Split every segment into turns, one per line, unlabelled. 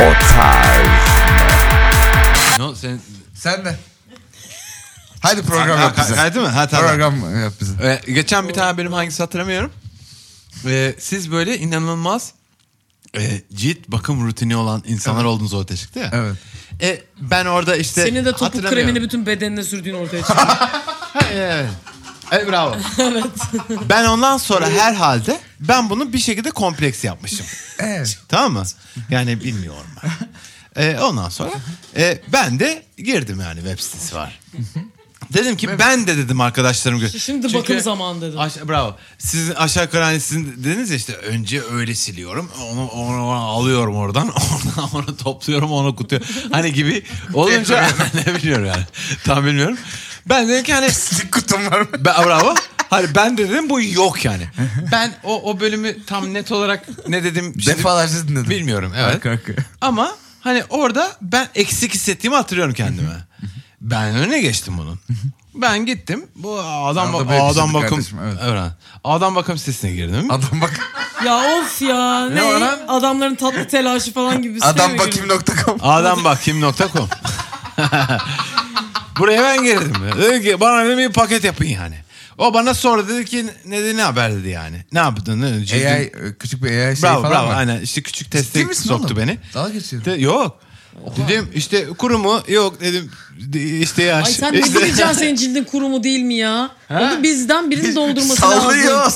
O tarz.
No, sen...
Sen de. Hadi program yap
Ha,
bize.
kaydı mı? Ha tamam.
Program yap bize.
Ee, geçen bir tane benim hangisi hatırlamıyorum. Ee, siz böyle inanılmaz e, cilt bakım rutini olan insanlar olduğunuz ortaya çıktı ya.
Evet.
E, ben orada işte
Senin de topuk
hatırlamıyorum.
kremini bütün bedenine sürdüğün ortaya çıkıyor.
Evet. Evet bravo. Ben ondan sonra herhalde ben bunu bir şekilde kompleks yapmışım.
Evet.
tamam mı? Yani bilmiyorum ben. Ee, ondan sonra e, ben de girdim yani web sitesi var. dedim ki ben de dedim arkadaşlarım. gö-
Şimdi
Çünkü-
bakım zamanı dedim.
Aşa- bravo. Sizin aşağı yukarı hani sizin dediniz ya işte önce öyle siliyorum. Onu, onu, onu alıyorum oradan. Oradan onu topluyorum onu kutuya. Hani gibi olunca ne biliyorum yani. Tam bilmiyorum. Ben dedim ki hani
Pislik kutum var mı?
ben, bravo. Hani ben de dedim bu yok yani. Ben o, o bölümü tam net olarak ne dedim şimdi
şey Defalarca dinledim.
bilmiyorum. Evet.
Arka arka.
Ama hani orada ben eksik hissettiğimi hatırlıyorum kendime. ben önüne geçtim bunun. Ben gittim. Bu adam
Sen orada
ba-
böyle
adam
pisledin
bakım
kardeşim, evet.
evet. Adam bakım sitesine girdim.
Adam bak.
Ya of ya ne?
o lan?
Adamların tatlı telaşı falan gibi. bir siteye mi
Adam
girdin?
bakayım.com.
Adambakim.com Buraya ben girdim. Dedi ki bana dedim bir paket yapın yani. O bana sonra dedi ki ne dedi ne haber dedi yani. Ne yaptın? Ne, cildin-
AI e, küçük bir AI şey
bravo
falan
bravo
var.
aynen işte küçük
Ciddi
teste
misin
soktu
oğlum?
beni.
Dalga geçiyorum.
De- yok. Dedim işte kuru mu? Yok dedim de- işte yaş.
Ay sen
işte...
ne bileceksin senin cildin kuru mu değil mi ya? Onu bizden birinin doldurması
Sallıyor,
lazım.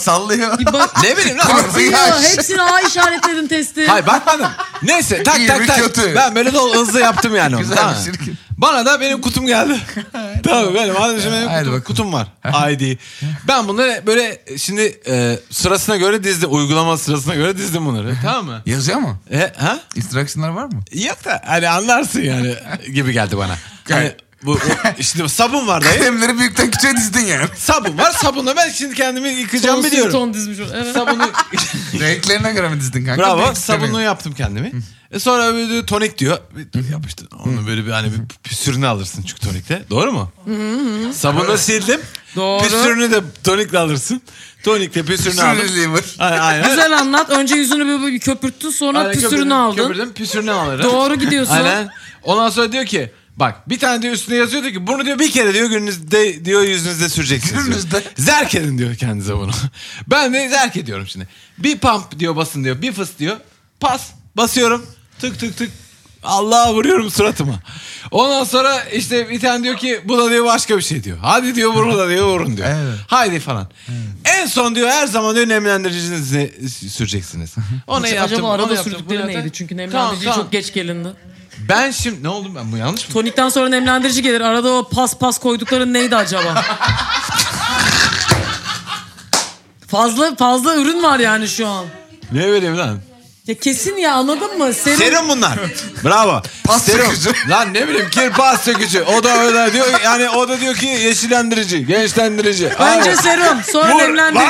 sallıyor.
Bir bak-
Ne bileyim lan.
Sallıyor. Hepsini A işaretledim testi.
Hayır bakmadım. Neyse tak
İyi mi,
tak tak.
kötü?
Ben böyle de hızlı yaptım yani. onu,
Güzel
tamam.
bir çirkin.
Bana da benim kutum geldi. Tabii benim arkadaşım benim
Haydi
kutum,
bakalım.
kutum var. ID. Ben bunları böyle şimdi e, sırasına göre dizdim. Uygulama sırasına göre dizdim bunları. tamam mı?
Yazıyor mu?
E, ha?
Instruction'lar var mı?
Yok da hani anlarsın yani gibi geldi bana. Hani bu o- işte sabun var dayı.
Kalemleri büyükten küçüğe dizdin yani.
Sabun var sabunla ben şimdi kendimi yıkayacağımı
Ton
biliyorum.
ton dizmiş. o. Evet.
Sabunu
Renklerine göre mi dizdin kanka?
Bravo.
Büyük
Sabunlu
istemiyorum.
yaptım kendimi. E sonra böyle diyor, tonik diyor. Bir Yapıştır. Onu böyle bir hani bir püsürünü alırsın çünkü tonikte. Doğru mu? Sabunla sildim.
Doğru.
Püsürünü de tonikle alırsın. Tonikle püsürünü aldım.
Sürreliği var.
Aynen. aynen.
Güzel anlat. Önce yüzünü bir, bir köpürttün sonra
Aynen,
püsürünü
köpürdüm,
aldın.
Köpürdüm püsürünü alırım.
Doğru gidiyorsun.
Aynen. Ondan sonra diyor ki bak bir tane diyor üstüne yazıyor diyor ki bunu diyor bir kere diyor gününüzde diyor yüzünüzde süreceksiniz. diyor.
Gününüzde.
Zerk edin diyor kendinize bunu. Ben de zerk ediyorum şimdi. Bir pump diyor basın diyor bir fıs diyor. Pas basıyorum tık tık tık. Allah'a vuruyorum suratıma. Ondan sonra işte bir tane diyor ki bu da diyor başka bir şey diyor. Hadi diyor bunu da diyor vurun diyor.
Evet.
Haydi falan. En son diyor her zaman diyor nemlendiricinizi süreceksiniz. Ona
Acaba
yaptım, onu
arada
yaptım, bunu
sürdükleri
yaptım.
neydi? Çünkü nemlendirici
Tamam, tamam.
çok geç gelindi.
Ben şimdi ne oldum ben bu yanlış mı?
Tonikten sonra nemlendirici gelir. Arada o pas pas koydukların neydi acaba? fazla fazla ürün var yani şu an.
Ne vereyim lan?
Ya kesin ya anladın mı? Serum,
Serum bunlar. Bravo.
Pas
Serum.
sökücü.
Lan ne bileyim kirpas sökücü. O da öyle diyor. Yani o da diyor ki yeşillendirici, gençlendirici.
Önce
Abi,
serum sonra
vur,
nemlendirici.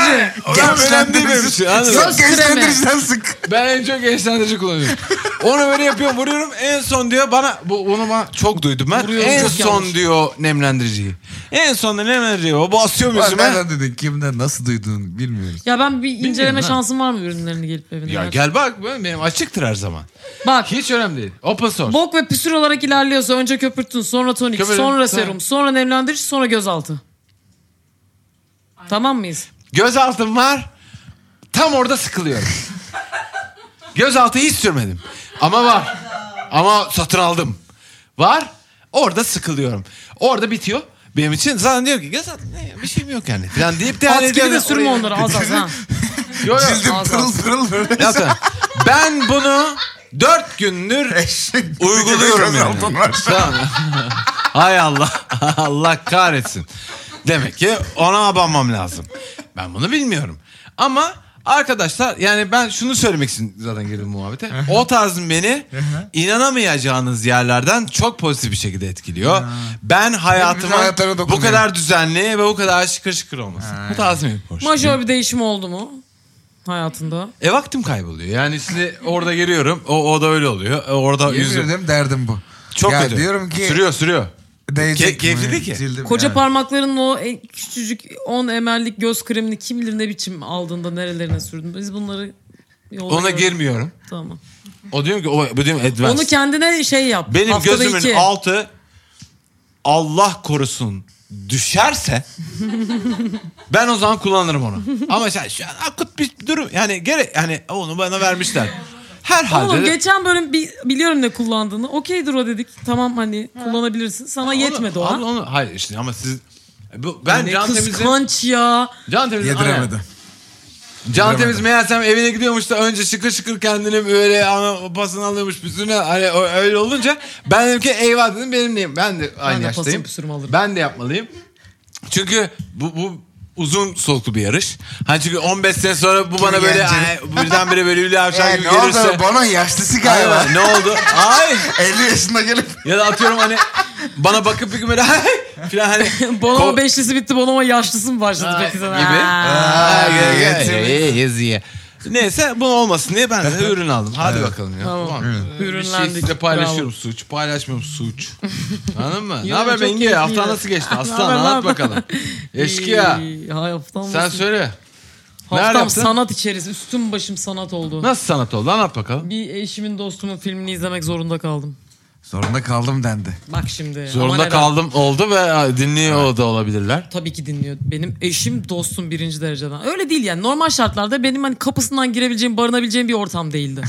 vay. Ulan önemli değil benim için, anladın mı?
Yok gençlendiriciden sık.
Ben en çok gençlendirici kullanıyorum. Onu böyle yapıyorum vuruyorum. En son diyor bana bu, bunu bana çok duydum ben.
Vuruyorum,
en
çok
son
yanlış. diyor
diyor nemlendiriciyi. En son da nemlendiriciyi. O basıyor
Bak
yüzüme.
nereden dedin kimden nasıl duyduğunu bilmiyoruz.
Ya ben bir inceleme
ha.
şansım var mı ürünlerini gelip evine?
Ya
Bak.
gel bak benim açıktır her zaman.
Bak
Hiç önemli değil. Open source.
bok ve püsür olarak ilerliyorsa önce köpürtün sonra tonik
Köpürün,
sonra
sonra-
serum sonra nemlendirici sonra gözaltı. Tamam mıyız?
Gözaltım var. Tam orada sıkılıyorum. Gözaltı hiç sürmedim. Ama var. Ama satın aldım. Var. Orada sıkılıyorum. Orada bitiyor. Benim için zaten diyor ki gözaltı ne ya, bir şeyim yok yani. Falan deyip de
At
yani
gibi de sürme
Oraya-
onları az az ha.
Yo, yo.
Cildim
az
pırıl pırıl böyle.
Yapma. Ben bunu dört gündür
Eşek.
uyguluyorum yani.
Gözaltın var.
Tamam. Hay Allah. Allah kahretsin. Demek ki ona abanmam lazım. Ben bunu bilmiyorum. Ama arkadaşlar yani ben şunu söylemek için zaten girdim muhabbete. O tarzın beni inanamayacağınız yerlerden çok pozitif bir şekilde etkiliyor. Ben hayatıma
hayatlara
bu
dokunuyor.
kadar düzenli ve bu kadar şıkır şıkır olması. Bu tarz mı? Hoş.
Majör bir değişim oldu mu hayatında?
E vaktim kayboluyor. Yani şimdi orada giriyorum. O, o da öyle oluyor. E, Orada
Yemin
yüzüm.
ederim derdim bu.
Çok
ya
kötü.
diyorum ki
Sürüyor sürüyor.
değecek
Ke-
mi?
keyifli değil ki.
Cildim
Koca
yani.
parmaklarının o en küçücük 10 ml'lik göz kremini kim bilir ne biçim aldığında nerelerine sürdün. Biz bunları Yolda
Ona
gör-
girmiyorum.
Tamam.
O diyorum ki o bu diyorum advance.
Onu kendine şey yap.
Benim
haftada
gözümün
iki.
altı Allah korusun düşerse ben o zaman kullanırım onu. Ama şu an, şu an akut bir durum yani gere yani onu bana vermişler. Herhalde
Oğlum
de-
geçen bölüm bi- biliyorum ne kullandığını. Okeydir o dedik. Tamam hani kullanabilirsin. Sana yetmedi o
onu,
an.
onu, onu- hayır işte ama siz bu, ben
ne
can temizim.
kıskanç ya.
Can temizim.
Yediremedi.
aynen. Can temiz meğersem evine gidiyormuş da önce şıkır şıkır kendini böyle ana pasını alıyormuş püsünü. Hani o- öyle olunca ben dedim ki eyvah dedim benim neyim. Ben de aynı
de pasım
yaştayım.
püsürümü alırım.
Ben de yapmalıyım. Çünkü bu, bu uzun soluklu bir yarış. Hani çünkü 15 sene sonra bu bana böyle
yenecek?
ay, birdenbire böyle Hülya Avşar
Ee,
gibi
ne
gelirse.
oldu? Bono yaşlısı
Ay,
galiba.
ne oldu? Ay.
50 yaşında gelip
Ya da atıyorum hani bana bakıp bir gün böyle "Ay!" falan hani.
Bonomo
Ko-
beşlisi bitti. Bonomo yaşlısı mı başladı
Aa,
peki sana?
gibi.
Ha.
Ay,
Aa,
ay, ay,
getirmiş.
ay, yazıyor. Neyse bu olmasın diye ben de ürün aldım. Hadi bakalım ya.
Tamam.
Ulan,
Evet.
bir şey
Ürünlendik.
size paylaşıyorum suç. Paylaşmıyorum suç. Anladın mı? ne
Yo,
haber
çok
Bengi?
keyifli
Hafta
ya.
nasıl geçti?
Ne
Aslan
haber, ne
anlat
haber?
bakalım. Eşkıya.
Ey, Hay haftam
Sen
olsun.
söyle. Nerede
Haftam
yaptın?
sanat içerisi. Üstüm başım sanat oldu.
Nasıl sanat oldu? Anlat bakalım.
Bir eşimin dostumun filmini izlemek zorunda kaldım.
Zorunda kaldım dendi.
Bak şimdi. Aman
Zorunda
herhalde.
kaldım oldu ve dinliyor da olabilirler.
Tabii ki dinliyor. Benim eşim dostum birinci dereceden. Öyle değil yani. Normal şartlarda benim hani kapısından girebileceğim, barınabileceğim bir ortam değildi.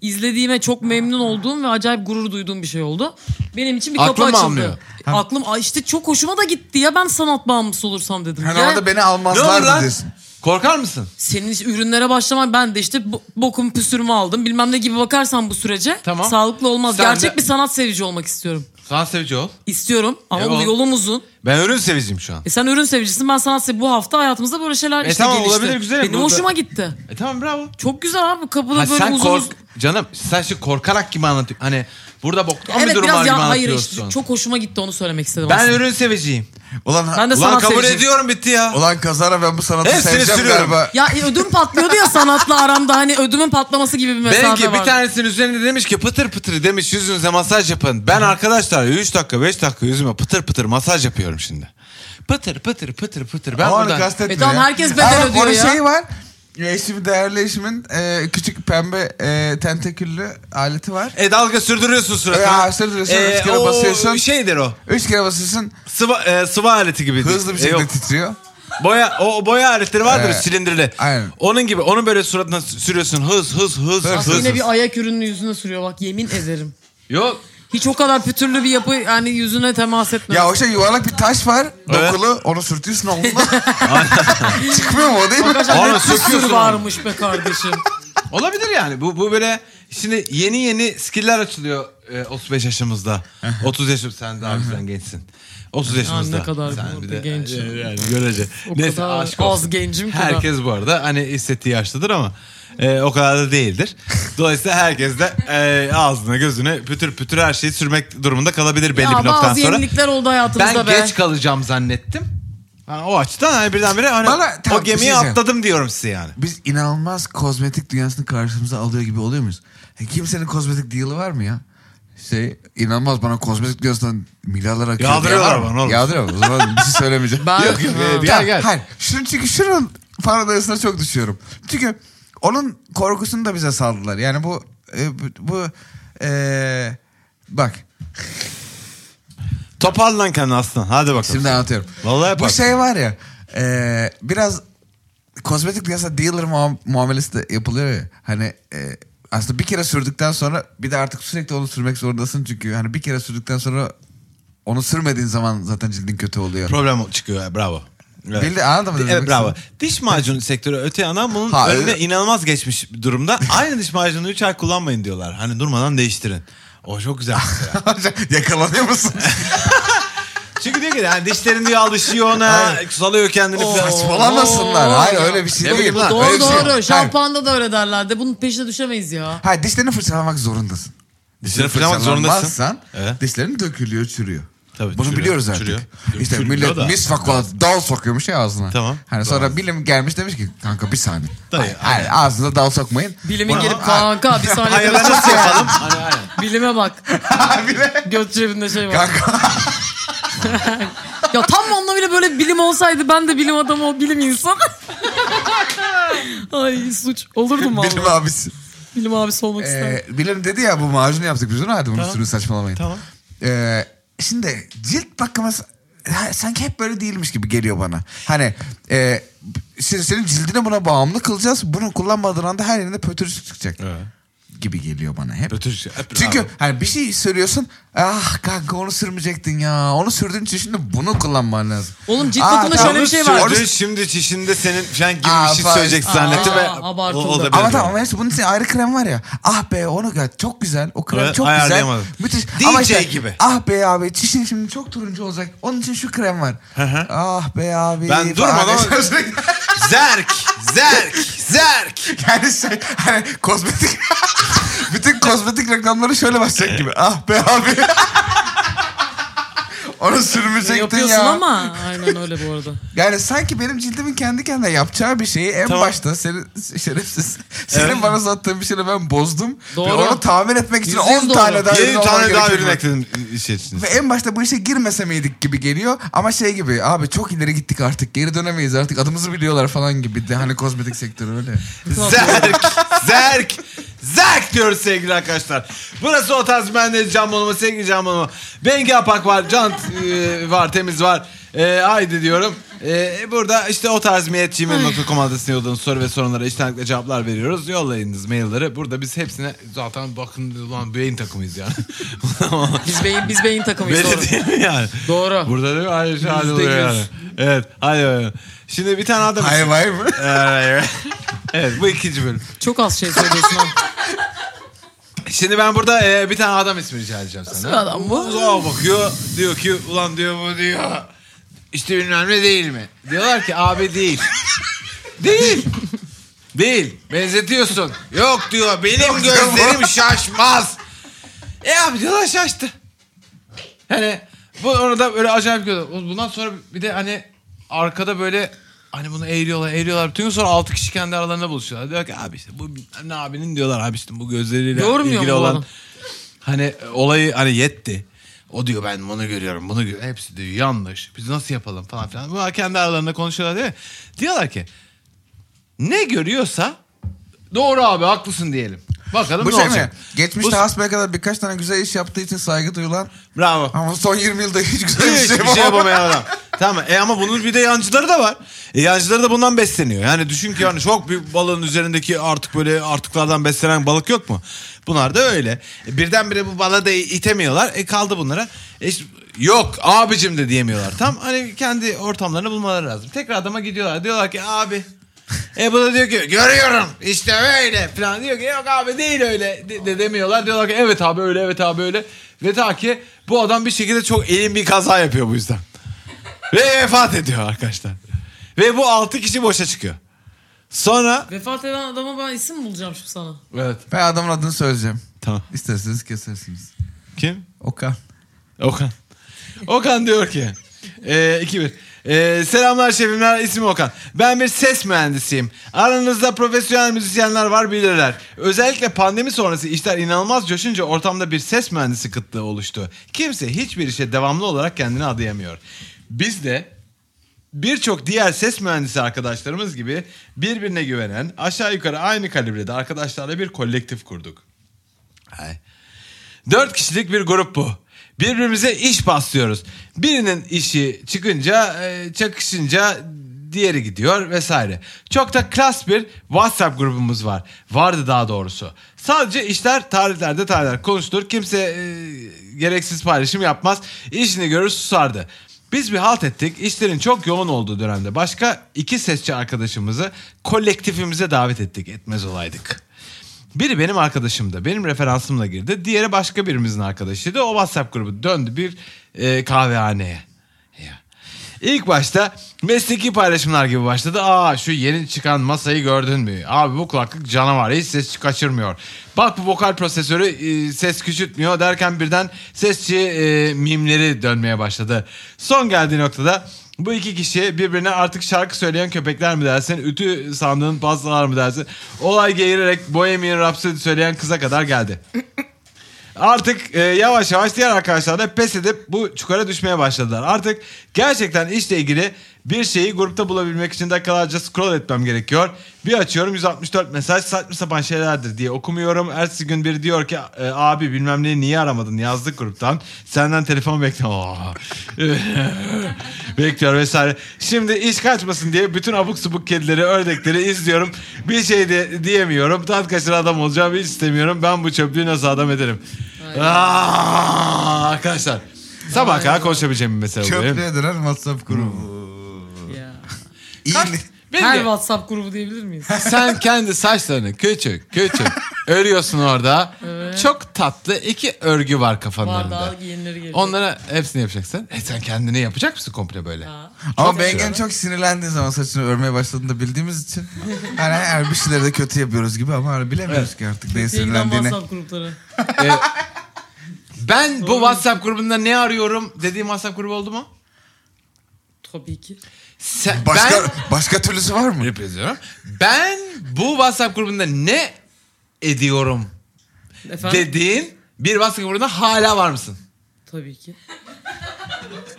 İzlediğime çok memnun olduğum ve acayip gurur duyduğum bir şey oldu. Benim için bir kapı
Aklım
açıldı.
almıyor.
Aklım Ay işte çok hoşuma da gitti ya ben sanat bağımlısı olursam dedim.
Hani
Ya
orada beni
Ne olur
almazlardı
lan?
diyorsun.
Korkar mısın?
Senin iş- ürünlere başlaman ben de işte bo- bokum püsürümü aldım. Bilmem ne gibi bakarsan bu sürece
Tamam.
sağlıklı olmaz.
Sen
Gerçek
de-
bir sanat sevici olmak istiyorum.
Sanat sevici ol.
İstiyorum ama
E,
bu
o-
yolum uzun.
Ben ürün seviciyim şu an.
E sen ürün sevicisin ben sanat sev- Bu hafta hayatımızda böyle şeyler
E
işte
tamam,
gelişti.
olabilir, güzel.
Benim
Burada-
hoşuma gitti.
E tamam bravo.
Çok güzel abi kapıda
Ha,
böyle
sen
uzun
kork
uzun.
canım sen şimdi korkarak gibi anlatıyorsun. Hani burada boktan bir
Evet
durum var
biraz
gibi
ya hayır
anlatıyorsun.
işte çok hoşuma gitti onu söylemek istedim
Ben
aslında.
ürün seviciyim.
Ulan,
Ben de
Ulan
sanat
kabul
seviciyim.
ediyorum bitti ya.
ulan kazara ben bu sanatı
Hepsini
seveceğim
sürüyorum.
galiba.
Ya e, ödüm patlıyordu ya sanatla aramda hani ödümün patlaması gibi bir mesafe
Benimki
vardı.
bir tanesinin üzerinde demiş ki pıtır pıtır demiş yüzünüze masaj yapın. Ben arkadaşlar 3 dakika 5 dakika yüzüme pıtır pıtır masaj yapıyorum şimdi. Pıtır pıtır pıtır pıtır. Ben
Ben onu
buradan...
kastetmiyor.
E tamam,
ya.
herkes bedel
Ama
ödüyor
onun
ya.
şeyi var. Ya Eşim değerli eşimin e, küçük pembe e, tentaküllü aleti var.
E dalga sürdürüyorsun suratına. E,
Ya, sürdürüyorsun, üç kere
o
basıyorsun.
Şeydir o.
Üç kere basıyorsun
Sıva, e, sıva aleti gibi. E,
hızlı bir şekilde
yok.
titriyor.
Boya o boya aletleri vardır
Evet.
silindirli.
Aynen.
Onun gibi onu böyle suratına sü- sürüyorsun hız hız hız hız.
Aslında
hız.
yine bir ayak ürününü yüzüne sürüyor bak yemin ederim.
Yok.
Hiç o kadar pütürlü bir yapı yani yüzüne temas etmez.
Ya o şey yuvarlak bir taş var.
Evet.
Dokulu. Onu sürtüyorsun omzuna. Çıkmıyor mu o değil mi?
Arkadaşlar
Oğlum,
ne
söküyorsun
pütür
onu.
varmış be kardeşim.
Olabilir yani. Bu bu böyle şimdi yeni yeni skill'ler açılıyor e, 35 yaşımızda. 30 yaşım sen daha bizden gençsin. 30 yaşımızda.
ne kadar
sen
bu- genç.
e, Yani görece.
O
Neyse
kadar
aşk
az
olsun.
gencim kadar.
Herkes bu arada hani hissettiği yaştadır ama e, o kadar da değildir. Dolayısıyla herkes de e, ağzına gözüne pütür pütür her şeyi sürmek durumunda kalabilir belli
ya
bir noktadan
bazı
sonra.
yenilikler oldu hayatımızda
Ben
be.
geç kalacağım zannettim. Ha, o açıdan hani birdenbire hani
Bana- tamam,
o
bir şey
gemiye
diyeceğim.
atladım diyorum size yani.
Biz inanılmaz kozmetik dünyasını karşımıza alıyor gibi oluyor muyuz? E, kimsenin kozmetik deal'ı var mı ya? Şey inanılmaz bana kozmetik dünyasından milyarlar akıyor.
Yağdırıyorlar
diyorlar mı?
bana oğlum.
Yağdırıyorlar. O zaman bir şey söylemeyeceğim.
Ben-
Yok, yok,
Ha.
evet,
Gel,
ya,
gel.
Hayır. Şunu, çünkü şunun paradayasına çok düşüyorum. Çünkü onun korkusunu da bize saldılar. Yani bu e, bu- bu e, bak
Toparlan kendini aslan. Hadi bakalım.
Şimdi anlatıyorum.
Vallahi
Bu
yapar.
şey var ya e, biraz kozmetik piyasa dealer muam- muamelesi de yapılıyor ya. Hani e, aslında bir kere sürdükten sonra bir de artık sürekli onu sürmek zorundasın çünkü hani bir kere sürdükten sonra onu sürmediğin zaman zaten cildin kötü oluyor.
Problem çıkıyor. yani, Bravo. Evet.
Bildi- anladın mı
Evet,
demek
bravo.
istediğimi?
Diş macunu sektörü öte yana bunun
Ha,
önüne
öyle.
inanılmaz geçmiş bir durumda. Aynı diş macunu 3 ay kullanmayın diyorlar. Hani durmadan değiştirin. O çok güzel. mesela.
Yakalanıyor musun?
Çünkü diyor ki yani dişlerin diyor alışıyor ona,
Hayır.
salıyor kendini
Oo.
falan.
Saçmalamasınlar. Hayır öyle bir şey
Ne
değil.
bileyim lan,
Doğru
Öyle bir şey yok.
doğru.
Hayır.
Şampuanda da öyle derlerdi. Bunun peşine düşemeyiz ya.
Hayır dişlerini fırçalamak zorundasın.
Dişlerini fırçalamak zorundasın.
fırçalamazsan
Evet.
dişlerin dökülüyor, çürüyor.
Tabii,
Bunu
çürüyor,
biliyoruz artık.
çürüyor.
İşte
Çürüyor
millet
da.
misvak falan dal sokuyormuş ya ağzına.
Tamam.
Hani sonra bilim gelmiş demiş ki kanka bir saniye.
Dayı,
hayır, hayır, ağzına dal sokmayın.
Bilimin gelip
Aa.
kanka bir saniye
Hayır nasıl yapalım? Hani aynen.
Bilime bak. Göt cebinde şey var. ya tam anlamıyla böyle bilim olsaydı ben de bilim adamı o bilim insanı. Ay suç. Olurdum valla.
Bilim
Bilim,
abisi.
abisi olmak isterdim.
Ee, Bilim dedi ya bu macunu yaptık biz ona hadi bunu
Tamam.
sürün saçmalamayın.
Tamam.
Ee, şimdi cilt bakımı ha, sanki hep böyle değilmiş gibi geliyor bana. Hani e, se- senin cildine buna bağımlı kılacağız. Bunu kullanmadığın anda her yerinde pötürüsü çıkacak.
Evet.
Gibi geliyor bana hep.
Pötürüsü, hep
Çünkü
bravo.
hani bir şey söylüyorsun. Ah kanka onu sürmeyecektin ya. Onu sürdüğün için şimdi bunu kullanman lazım.
Oğlum cilt
Aa,
bakımında şöyle bir
yalnız
şey var.
sürdü-
Dün şimdi çişinde senin falan gibi
Aa,
bir şey
falan.
söyleyecek zannettim
Aa,
ve o,
abartıldı.
o da
Ama
biraz-
tamam hepsi bunun için ayrı krem var ya. Ah be onu gör. Çok güzel. O krem
Evet,
çok güzel.
ayarlayamadım.
Müthiş.
DJ
Ama işte,
gibi.
Ah be abi çişin şimdi çok turuncu olacak. Onun için şu krem var.
hı.
ah be abi.
Ben
falan.
durmadan- Zerk, zerk, zerk.
yani şey hani kozmetik. Bütün kozmetik reklamları şöyle başlayacak gibi. Ah be abi. onu sürmeyecektin
Yapıyorsun
ya.
ama aynen öyle bu arada.
Yani sanki benim cildimin kendi kendine yapacağı bir şeyi en
Tamam.
başta senin şerefsiz senin
Evet.
bana sattığın bir şeyle ben bozdum. Ve
Doğru.
onu tamir etmek için
Yüzde yüz
10
doğru.
tane daha ürün
7
almam
tane daha
gerekiyor.
ürün ekledim içerisine.
Ve en başta bu işe girmese miydik gibi geliyor ama şey gibi abi çok ileri gittik artık geri dönemeyiz artık adımızı biliyorlar falan gibi de hani kozmetik sektörü öyle.
Zerk, zerk, zerk diyoruz sevgili arkadaşlar. Burası o tarz bendeniz Can Bonomo, sevgili Can Bonomo. Bengi Apak var, Can e, var, Temiz var. E, haydi diyorum. E, burada işte o tarz gmail.com adresine yolladığınız soru ve sorunlara içtenlikle cevaplar veriyoruz. Yollayınız mailleri. Burada biz hepsine zaten bakın ulan beyin takımıyız yani.
Biz beyin, biz beyin takımıyız doğru.
Böyle değil mi yani?
Doğru.
Burada değil mi? Aynı şey hali
Yüzde
oluyor
yüz.
yani. Evet. Hadi bakalım. Şimdi bir tane adam...
Hay vay mı?
Evet, evet bu ikinci bölüm.
Çok az şey söylüyorsun ha.
Şimdi ben burada e, bir tane adam ismi rica edeceğim sana.
bir adam bu?
Uzağa bakıyor. Diyor ki ulan diyor bu diyor. İşte bilmem ne değil mi? Diyorlar ki abi değil. değil. Değil. Benzetiyorsun. Yok diyor benim gözlerim şaşmaz. E abi diyorlar şaştı. Hani bu orada böyle acayip gördüm. Bundan sonra bir de hani arkada böyle hani bunu eğiliyorlar eğiliyorlar. Bütün gün sonra altı kişi kendi aralarında buluşuyorlar. Diyor ki abi işte bu bilmem ne abinin diyorlar abi işte bu gözleriyle
Yormuyor
ilgili
mu
olan.
bunu?
Hani e, olayı hani yetti. O diyor ben bunu görüyorum bunu görüyorum. Hepsi diyor yanlış. Biz nasıl yapalım falan filan. Bunlar kendi aralarında konuşuyorlar değil mi? Diyorlar ki ne görüyorsa doğru abi haklısın diyelim. Bakalım
Bu
ne
şey mi?
olacak.
Geçmişte
Bu-
hasbaya kadar birkaç tane güzel iş yaptığı için saygı duyulan
Bravo.
ama son 20 yılda hiç güzel
Hiç
bir şey
bir şey
yapamayan.
yapamayan adam. Tamam e ama bunun bir de yancıları da var. E, yancıları da bundan besleniyor. Yani düşün ki yani çok büyük balığın üzerindeki artık böyle artıklardan beslenen balık yok mu? Bunlar da öyle. E, birdenbire bu balığı da itemiyorlar. E kaldı bunlara. E, işte, yok abicim de diyemiyorlar. Tam hani kendi ortamlarını bulmaları lazım. Tekrar adama gidiyorlar. Diyorlar ki abi. E bu da diyor ki görüyorum işte öyle falan diyor ki yok abi değil öyle de, de demiyorlar. Diyorlar ki evet abi öyle evet abi öyle. Ve ta ki bu adam bir şekilde çok elin bir kaza yapıyor bu yüzden. Ve vefat ediyor arkadaşlar. Ve bu altı kişi boşa çıkıyor. Sonra...
Vefat eden adama ben isim bulacağım şu sana.
Evet.
Ben adamın adını söyleyeceğim.
Tamam.
İsterseniz kesersiniz.
Kim?
Okan.
Okan. Okan diyor ki... E, iki bir. E, selamlar şefimler ismim Okan. Ben bir ses mühendisiyim. Aranızda profesyonel müzisyenler var bilirler. Özellikle pandemi sonrası işler inanılmaz coşunca ortamda bir ses mühendisi kıtlığı oluştu. Kimse hiçbir işe devamlı olarak kendini adayamıyor. Biz de Birçok diğer ses mühendisi arkadaşlarımız gibi birbirine güvenen, aşağı yukarı aynı kalibrede arkadaşlarla bir kolektif kurduk. Ay. Dört kişilik bir grup bu. Birbirimize iş paslıyoruz. Birinin işi çıkınca, e, çakışınca diğeri gidiyor vesaire. Çok da klas bir WhatsApp grubumuz var. Vardı daha doğrusu. Sadece işler tarihlerde tarihler konuşulur. Kimse e, gereksiz paylaşım yapmaz. İşini görür susardı. Biz bir halt ettik. İşlerin çok yoğun olduğu dönemde başka iki sesçi arkadaşımızı kolektifimize davet ettik. Etmez olaydık. Biri benim arkadaşımdı. Benim referansımla girdi. Diğeri başka birimizin arkadaşıydı. O WhatsApp grubu döndü bir e, kahvehaneye. Ya. İlk başta mesleki paylaşımlar gibi başladı. Aa şu yeni çıkan masayı gördün mü? Abi bu kulaklık canavar hiç ses kaçırmıyor. Bak bu vokal prosesörü e, ses küçültmüyor derken birden sesçi e, mimleri dönmeye başladı. Son geldiği noktada bu iki kişi birbirine artık şarkı söyleyen köpekler mi dersin, ütü sandığın pastalar mı dersin? Olay geğirerek Bohemian Rhapsody söyleyen kıza kadar geldi. Artık e, yavaş yavaş diğer arkadaşlar da pes edip bu çukura düşmeye başladılar. Artık gerçekten işle ilgili Bir şeyi grupta bulabilmek için dakikalarca scroll etmem gerekiyor. Bir açıyorum 164 mesaj saçma sapan şeylerdir diye okumuyorum. Ertesi gün biri diyor ki "E, abi bilmem neyi niye aramadın yazdık gruptan. Senden telefon bekliyorum. Bekliyor vesaire. Şimdi iş kaçmasın diye bütün abuk subuk kedileri, ördekleri izliyorum. Bir şey de diyemiyorum. Tat kaçıran adam olacağımı hiç istemiyorum. Ben bu çöplüğü nasıl adam ederim? Aa, arkadaşlar. Sabah kadar konuşabileceğim bir mesele oluyor.
Çöplüğe dönen WhatsApp
Hmm.
grubu.
Ya.
İyi
Kaç-
mi?
Bilge,
Her WhatsApp grubu diyebilir miyiz?
sen kendi saçlarını küçük küçük örüyorsun orada. Çok tatlı iki örgü var kafanın
Var
önünde.
daha yenileri geliyor.
Onlara hepsini yapacaksın. E sen kendini yapacak mısın komple böyle?
Ha.
Ama Bengen çok sinirlendiği zaman saçını örmeye başladığını da bildiğimiz için hani her bir şeyleri de kötü yapıyoruz gibi ama hani bilemiyoruz ki artık neye
Yeniden
sinirlendiğini.
WhatsApp grupları.
E, ben bu WhatsApp grubunda ne arıyorum dediğim WhatsApp grubu oldu mu?
Tabii ki.
Sen,
Başka
ben,
başka türlüsü var mı?
Reply diyorum. Ben bu WhatsApp grubunda ne ediyorum
Efendim?
dediğin bir WhatsApp grubunda hala var mısın?
Tabii ki.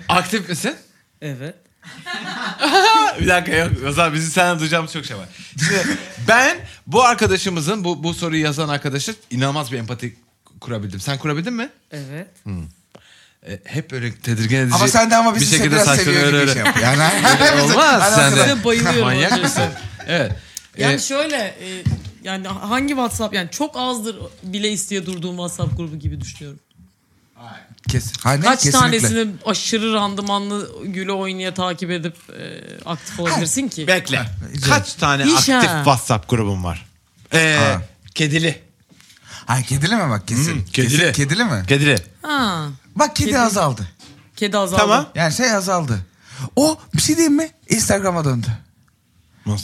Aktif misin?
Evet.
bir dakika yok. O zaman bizim senden duyacağımız çok şey var. Şimdi ben bu arkadaşımızın bu, bu soruyu yazan arkadaşı inanılmaz bir empati kurabildim. Sen kurabildin mi?
Evet.
E, hep böyle tedirgin edici
Ama sen de ama
bir
bizi
şekilde
biraz
saçları
seviyor
öyle
gibi
öyle.
şey yap. Yani Hani
Olmaz sen
alakadar-
de.
Size bayılıyorum
Manyak
hocam.
mısın? Evet.
Yani
E,
şöyle e, yani hangi WhatsApp yani çok azdır bile isteye durduğum WhatsApp grubu gibi düşünüyorum.
E,
Kes. Hayır, ne?
Kaç
Hani Kesinlikle.
tanesini aşırı randımanlı güle oynaya takip edip e, aktif olabilirsin ki?
Bekle. Kaç tane
Hiç
aktif
ha.
WhatsApp grubun var? Ee,
Ha.
kedili.
Hayır kedili mi bak kesin.
Hmm, kedili.
Kesin, kedili mi?
Kedili.
Ha.
Bak kedi,
Kedi.
azaldı.
Kedi azaldı.
Tamam.
Yani şey azaldı. O bir şey diyeyim mi? Instagram'a döndü.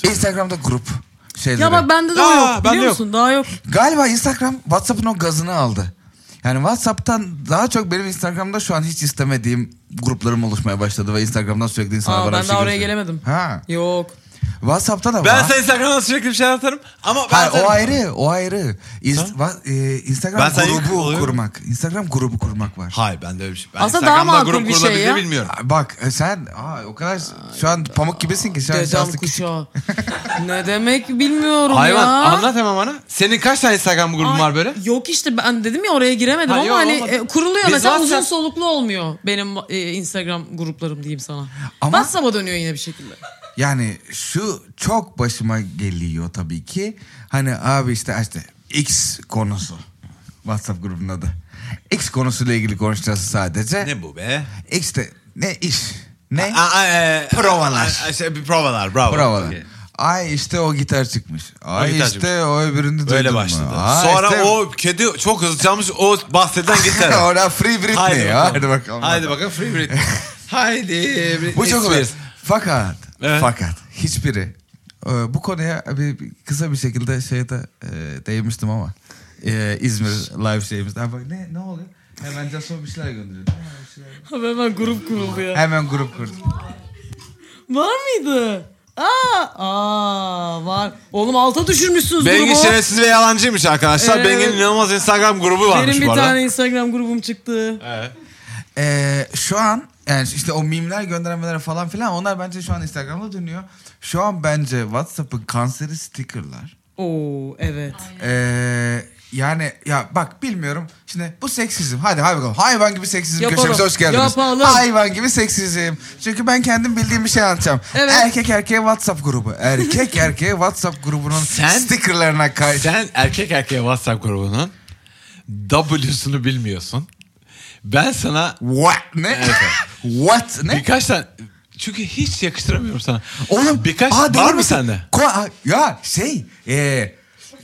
Instagram'da grup Şey şeyleri.
Ya bak bende de o
Aa,
yok
bende
biliyor
yok.
musun? Daha yok.
Galiba Instagram WhatsApp'ın o gazını aldı. Yani WhatsApp'tan daha çok benim Instagram'da şu an hiç istemediğim gruplarım oluşmaya başladı ve Instagram'dan sürekli insanlar
Aa,
bana
ben
bir şey
daha oraya
gösteriyor.
gelemedim.
Ha.
Yok.
WhatsApp'ta da
Ben
var.
sana Instagram'dan sürekli bir şeyler atarım ama ben
Hayır,
atarım.
o ayrı, o ayrı. İnst- va- e, Instagram
Ben sana yük
grubu
oluyorum.
kurmak. Instagram grubu kurmak var.
Hayır ben de öyle bir şey. Ben
Aslında
Instagram'da
daha makul
grup
bir şey
kurulabilir
ya.
bilmiyorum.
Aa, Bak e, sen aa, o kadar şu an pamuk gibisin ki. Şu an
Dedem
şanslı küçük.
kuşağı. ne demek bilmiyorum
Hayvan
ya.
anlat hemen bana. Senin kaç tane Instagram grubun
Ay,
var böyle?
Yok işte ben dedim ya oraya giremedim
Ha,
ama
yok,
hani
olmadı.
e, kuruluyor
Biz
mesela uzun
WhatsApp-
soluklu olmuyor benim e, Instagram gruplarım diyeyim sana.
Ama-
WhatsApp'a dönüyor yine bir şekilde.
Yani şu çok başıma geliyor tabii ki. Hani abi işte işte X konusu. WhatsApp grubunda da. X konusuyla ilgili konuşacağız sadece.
Ne bu be?
X de ne iş? Ne?
Aa, aa, e,
Provalar.
aa, aa, şey, bir provalar bravo.
Bravo.
Okey.
Ay işte o gitar çıkmış. Ay
gitar
işte
çıkmış.
o öbürünü duydun
Böyle
mu?
başladı.
Ay
Sonra
işte-
o kedi çok hızlı çalmış o bahseden gitar.
Orada Free Britney. Haydi bakalım. Haydi bakalım.
Haydi bakalım Free Britney. Haydi Britney
Bu çok
Spears.
olur. Fakat,
Evet.
fakat hiçbiri e, bu konuya bir, bir- kısa bir şekilde şeyde e, değinmiştim ama e, İzmir live şeyimizde. Ha, bak ne ne oluyor? Hemen Jason bir şeyler gönderiyor. Hemen bir şeyler-
Hemen grup kuruldu ya.
Hemen grup kurduk.
Var mıydı? Aa, aa var. Oğlum alta düşürmüşsünüz
Bengi
grubu.
şerefsiz ve yalancıymış arkadaşlar.
Evet.
Bengi'nin inanılmaz Instagram grubu varmış
Benim bir
bu arada.
tane Instagram grubum çıktı.
Evet.
E, şu an yani işte o mimler göndermeler falan filan onlar bence şu an Instagram'da dönüyor. Şu an bence WhatsApp'ın kanseri stickerlar.
Oo evet.
Ee, yani ya bak bilmiyorum. Şimdi bu seksizm. Hadi hadi bakalım. Hayvan gibi seksizm
Yapalım.
köşemize hoş geldiniz.
Yapalım.
Hayvan gibi seksizm. Çünkü ben kendim bildiğim bir şey anlatacağım.
Evet.
Erkek erkeğe WhatsApp grubu. Erkek erkeğe WhatsApp grubunun
Sen-
stickerlarına karşı.
Sen erkek erkeğe WhatsApp grubunun W'sunu bilmiyorsun. Ben sana
What ne? What ne?
birkaç tane... Çünkü hiç yakıştıramıyorum sana.
Oğlum
birkaç
aa, doğru
var mı
musun?
sende?
Ko- aa, ya şey ee,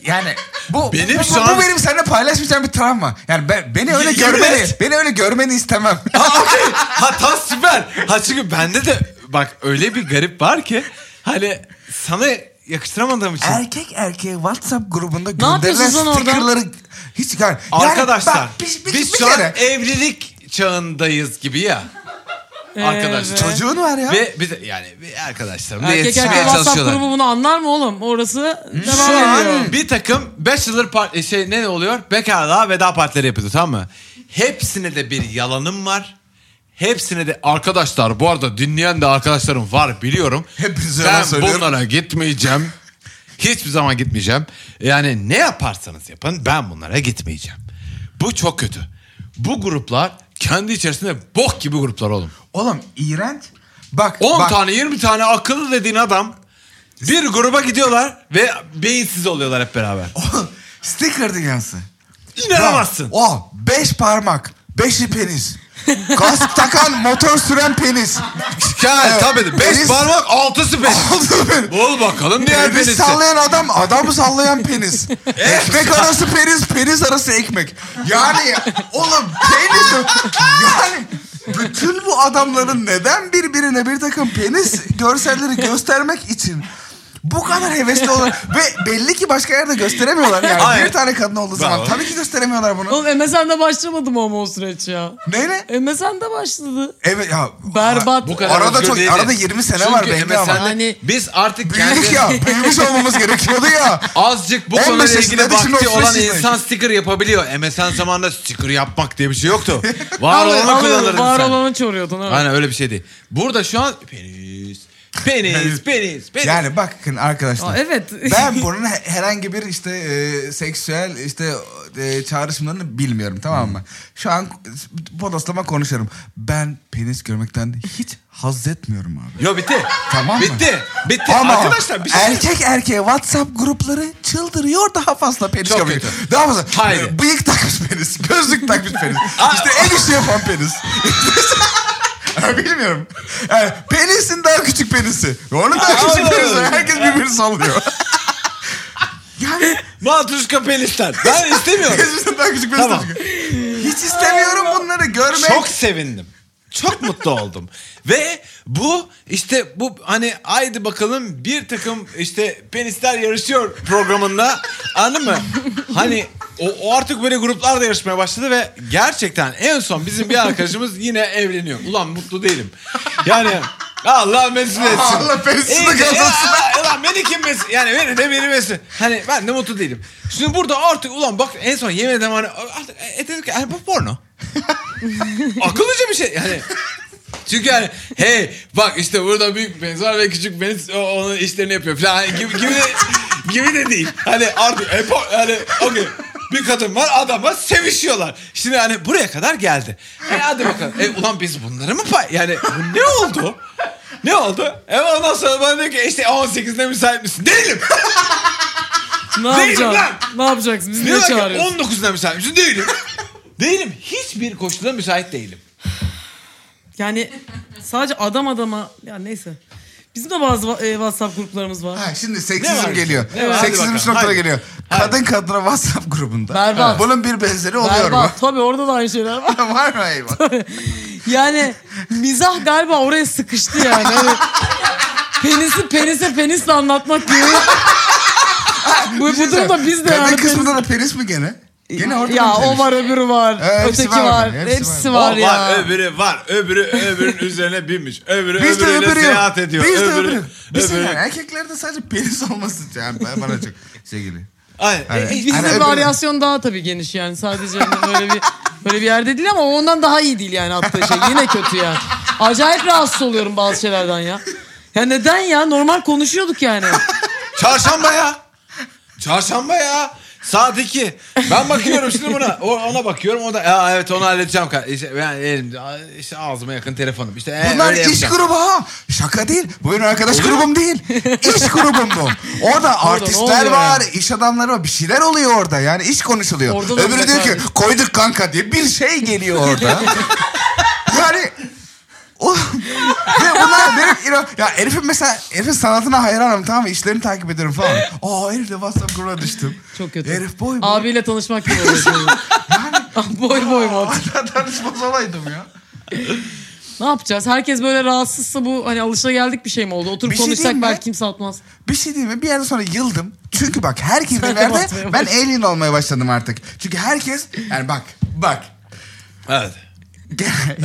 yani bu
Benim
bu,
şu
bu,
an-
bu benim seninle paylaşmayacağım bir travma. Yani ben beni öyle
Y-
görmeni,
yürümez.
beni öyle görmeni istemem.
Ha, okey. ha tam süper. Ha çünkü bende de bak öyle bir garip var ki hani sana yakıştıramadığım için.
erkek erkeğe WhatsApp grubunda gönderilen
yapıyorsunuz lan orada?
stickerları hiç yani,
Arkadaşlar
bak, bir, bir,
biz
bir
şu an
kere
evlilik çağındayız gibi ya. Arkadaşlar.
çocuğun var ya.
Ve bir de, yani bir arkadaşlarım da
Erkek
yetişmeye
erkek WhatsApp
çalışıyorlar. Hmm.
grubu bunu anlar mı oğlum? Orası devam
Şu an
ediyor.
bir takım bachelor part şey ne oluyor? Bekarlığa veda partileri yapıyordu tamam mı? Hepsine de bir yalanım var. Hepsine de arkadaşlar bu arada dinleyen de arkadaşlarım var biliyorum.
Hepinize
ben
yalan söylüyorum.
bunlara gitmeyeceğim. Hiçbir zaman gitmeyeceğim. Yani ne yaparsanız yapın ben bunlara gitmeyeceğim. Bu çok kötü. Bu gruplar kendi içerisinde bok gibi gruplar oğlum.
Oğlum iğrenç. Bak
10
bak.
tane 20 tane akıllı dediğin adam bir gruba gidiyorlar ve beyinsiz oluyorlar hep beraber.
Oğlum, Sticker dünyası.
İnanamazsın.
O beş parmak. Beşi penis. Kask takan motor süren penis.
Yani
Evet.
tabii de
Penis-
5 parmak 6'sı 5.
Aldı beni.
Bul bakalım diğer
Penis
penisi.
Ee, sallayan adam, adamı sallayan penis. ekmek arası penis, penis arası ekmek. Yani oğlum penis... Yani bütün bu adamların neden birbirine bir takım penis görselleri göstermek için bu kadar hevesli olan ve belli ki başka yerde gösteremiyorlar yani.
Hayır.
Bir tane kadın olduğu zaman
Bravo.
tabii ki gösteremiyorlar bunu.
Oğlum MSN'de başlamadım ama o süreç ya.
Neyle?
MSN'de başladı.
Evet ya.
Berbat.
Bu kadar
Arada
özgür
çok-
değildi.
arada 20 sene
Çünkü
var belki ama.
MSN'de
Yani-
Biz artık
Büyüdük
kendi-
ya. Büyümüş olmamız gerekiyordu ya.
Azıcık bu
15
konuyla
yaşında
ilgili
da şimdi
vakti
35
olan
yaşındayım.
insan sticker yapabiliyor. MSN zamanında sticker yapmak diye bir şey yoktu. Var
Alıyor-
olanı
alıyor,
kullanırdın
Var
sen.
olanı çoruyordun. Evet.
Aynen öyle bir şey değil. Burada şu an penis, penis, penis, penis.
Yani bakın arkadaşlar.
Aa, evet.
Ben bunun he- herhangi bir işte e, seksüel işte e, çağrışımlarını bilmiyorum tamam
Hmm.
mı? Şu an bodoslama konuşuyorum. Ben penis görmekten hiç haz etmiyorum abi.
Yo bitti.
Tamam mı?
bitti. Bitti.
Ama E-
Arkadaşlar bir şey
erkek erkeğe WhatsApp grupları çıldırıyor daha fazla penis
Çok
görmek.
kötü.
Daha fazla.
Haydi.
Bıyık takmış penis. Gözlük takmış penis. işte el işi yapan penis. Ya Bilmiyorum. Yani penisin daha küçük penisi. Onun daha küçük penisi. Herkes birbirini sallıyor. yani
Matruşka penisler. Ben istemiyorum.
penisin daha küçük penisi.
Tamam.
Hiç istemiyorum bunları görmek.
Çok sevindim. Çok mutlu oldum. Ve bu işte bu hani haydi bakalım bir takım işte penisler yarışıyor programında anladın mı? Hani o, o artık böyle gruplar da yarışmaya başladı ve gerçekten en son bizim bir arkadaşımız yine evleniyor. Ulan mutlu değilim. Yani Allah mesut etsin.
Allah
İyi
penisini
de-
kazansın.
Aa, ulan beni kim mes- Yani beni de beni mes- Hani ben de mutlu değilim. Şimdi burada artık ulan bak en son yemin ederim hani artık e, dedim ki yani bu porno. Akıllıca bir şey yani. Çünkü yani hey bak işte burada büyük penis var ve küçük penis o- onun işlerini yapıyor falan Hani gibi, gibi, de, gibi de değil. Hani artık e, po- hani okey bir kadın var adamla sevişiyorlar. Şimdi hani buraya kadar geldi. E hadi bakalım. E ulan biz bunları mı pay... Yani bu ne oldu? Ne oldu? E ondan sonra bana diyor ki "E, işte 18'de müsait misin? Değilim.
ne
Değilim
yapacaksın?
lan!
Ne yapacaksın? Bizi ne
Diyorlar ki
çağırıyorsun?
19'da müsait misin? Değilim. değilim. Hiçbir koşulda müsait değilim.
Yani sadece adam adama ya neyse. Bizim de bazı va- e, WhatsApp gruplarımız var.
Ha, şimdi
Ne var?
seksizm geliyor.
Ne var? Hadi
Seksizm şu
bakalım,
noktada
haydi.
geliyor. Kadın kadına WhatsApp grubunda.
Berbat.
Bunun bir benzeri oluyor mu?
Berbat. Tabii orada da aynı şeyler var.
var mı eyvah?
Yani mizah galiba oraya sıkıştı yani. Hani penisi penise penisle anlatmak gibi.
şey
bu, bu durumda biz de
Kadın
yani penis-
Şey kısmında da penis mi gene? Gene orada
ya
mı penis?
o var öbürü var.
Ee, hepsi
öteki
var mı?
var. Hepsi,
Hepsi var mı?
var,
O
ya.
var öbürü var. Öbürü öbürünün üzerine binmiş. Öbürü
Biz de
öbürüyle
öbürü yok.
seyahat ediyor.
Biz de
öbürü.
öbürü. Biz de
öbürü-
yani erkeklerde sadece penis olması yani ben- bana çok şey sevgili.
Ay,
E,
e, e,
Bizde
Hani öbürü-
varyasyon daha tabii geniş yani. Sadece hani böyle bir böyle bir yerde değil ama ondan daha iyi değil yani hatta şey. Yine kötü yani. Acayip rahatsız oluyorum bazı şeylerden ya. Ya neden ya? Normal konuşuyorduk yani.
Çarşamba ya. Çarşamba ya. Saat 2. Ben bakıyorum şimdi buna. O, ona bakıyorum. O da "Aa, evet onu halledeceğim. ka- İşte, yani elimde, işte ağzıma yakın telefonum. İşte, e,
Bunlar
öyle
iş
yapacağım.
grubu ha. Şaka değil. Bugün arkadaş grubum değil. İş grubum bu. Orada artistler
oluyor
var,
yani?
iş adamları var. Bir şeyler oluyor orada. Yani iş konuşuluyor.
Orada da
Öbürü
olacak
diyor ki
abi.
koyduk kanka diye bir şey geliyor orada. yani o- Ve bunlar benim ino- ya herifin mesela herifin sanatına hayranım tamam mı? İşlerini takip ediyorum falan. Aa herif de WhatsApp grubuna düştüm.
Çok kötü.
Herif boy boy.
Abiyle tanışmak gibi oluyor. şimdi. boy boy mod.
Hala tanışmaz olaydım ya.
Ne yapacağız? Herkes böyle rahatsızsa bu hani alışageldik bir şey mi oldu? Oturup
Bir şey
konuşsak
diyeyim mi?
belki kimse atmaz.
Bir şey diyeyim mi? Bir yerden sonra yıldım. Çünkü bak her
Sen
girdiğim
de
yerde
batmaya
ben
başladın.
alien olmaya başladım artık. Çünkü herkes yani bak bak
Evet.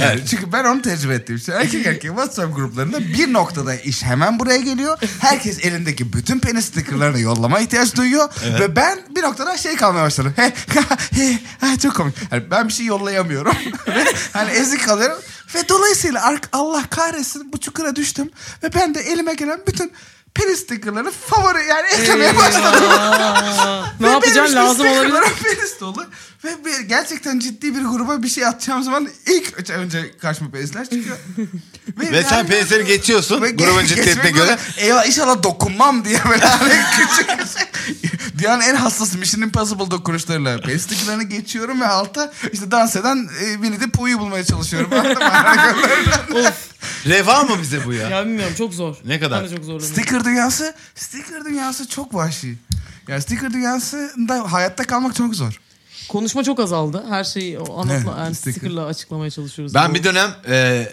yani çünkü ben onu tecrübe ettiğim için erkek erkeğe WhatsApp gruplarında bir noktada iş hemen buraya geliyor. Herkes elindeki bütün penis stickerlarını yollama ihtiyaç duyuyor. Ve ben bir noktada şey kalmaya başladım. He, ha, he, ha, çok komik. Yani ben bir şey yollayamıyorum. ve hani ezik kalıyorum. Ve dolayısıyla ark- Allah kahretsin bu çukura düştüm. Ve ben de elime gelen bütün penis stickerları favori yani eklemeye başladım.
ne
Ve
yapacaksın
benim şey
lazım
istek
olabilir.
olarak penis dolu. Ve bir- gerçekten ciddi bir gruba bir şey atacağım zaman ilk önce karşıma penisler çıkıyor.
Ve sen penisleri geçiyorsun
Ve
grubun
ge-
ciddiyetine
geçmek
göre.
böyle, Eyvah inşallah dokunmam diye böyle hani küçük küçük. Dünyanın en hassas Mission Impossible dokunuşlarıyla penisliklerini geçiyorum ve alta işte dans eden e, Winnie the Pooh'yu bulmaya çalışıyorum. Anladın Hani mı?
Reva mı bize bu ya?
Ya bilmiyorum çok zor.
Ne kadar?
Ben de çok zorlanıyorum.
sticker dünyası, sticker dünyası çok vahşi. Yani sticker dünyasında hayatta kalmak çok zor.
Konuşma çok azaldı. Her şeyi o anlatma,
Evet,
yani
sticker.
sticker'la açıklamaya çalışıyoruz.
Ben bir dönem e,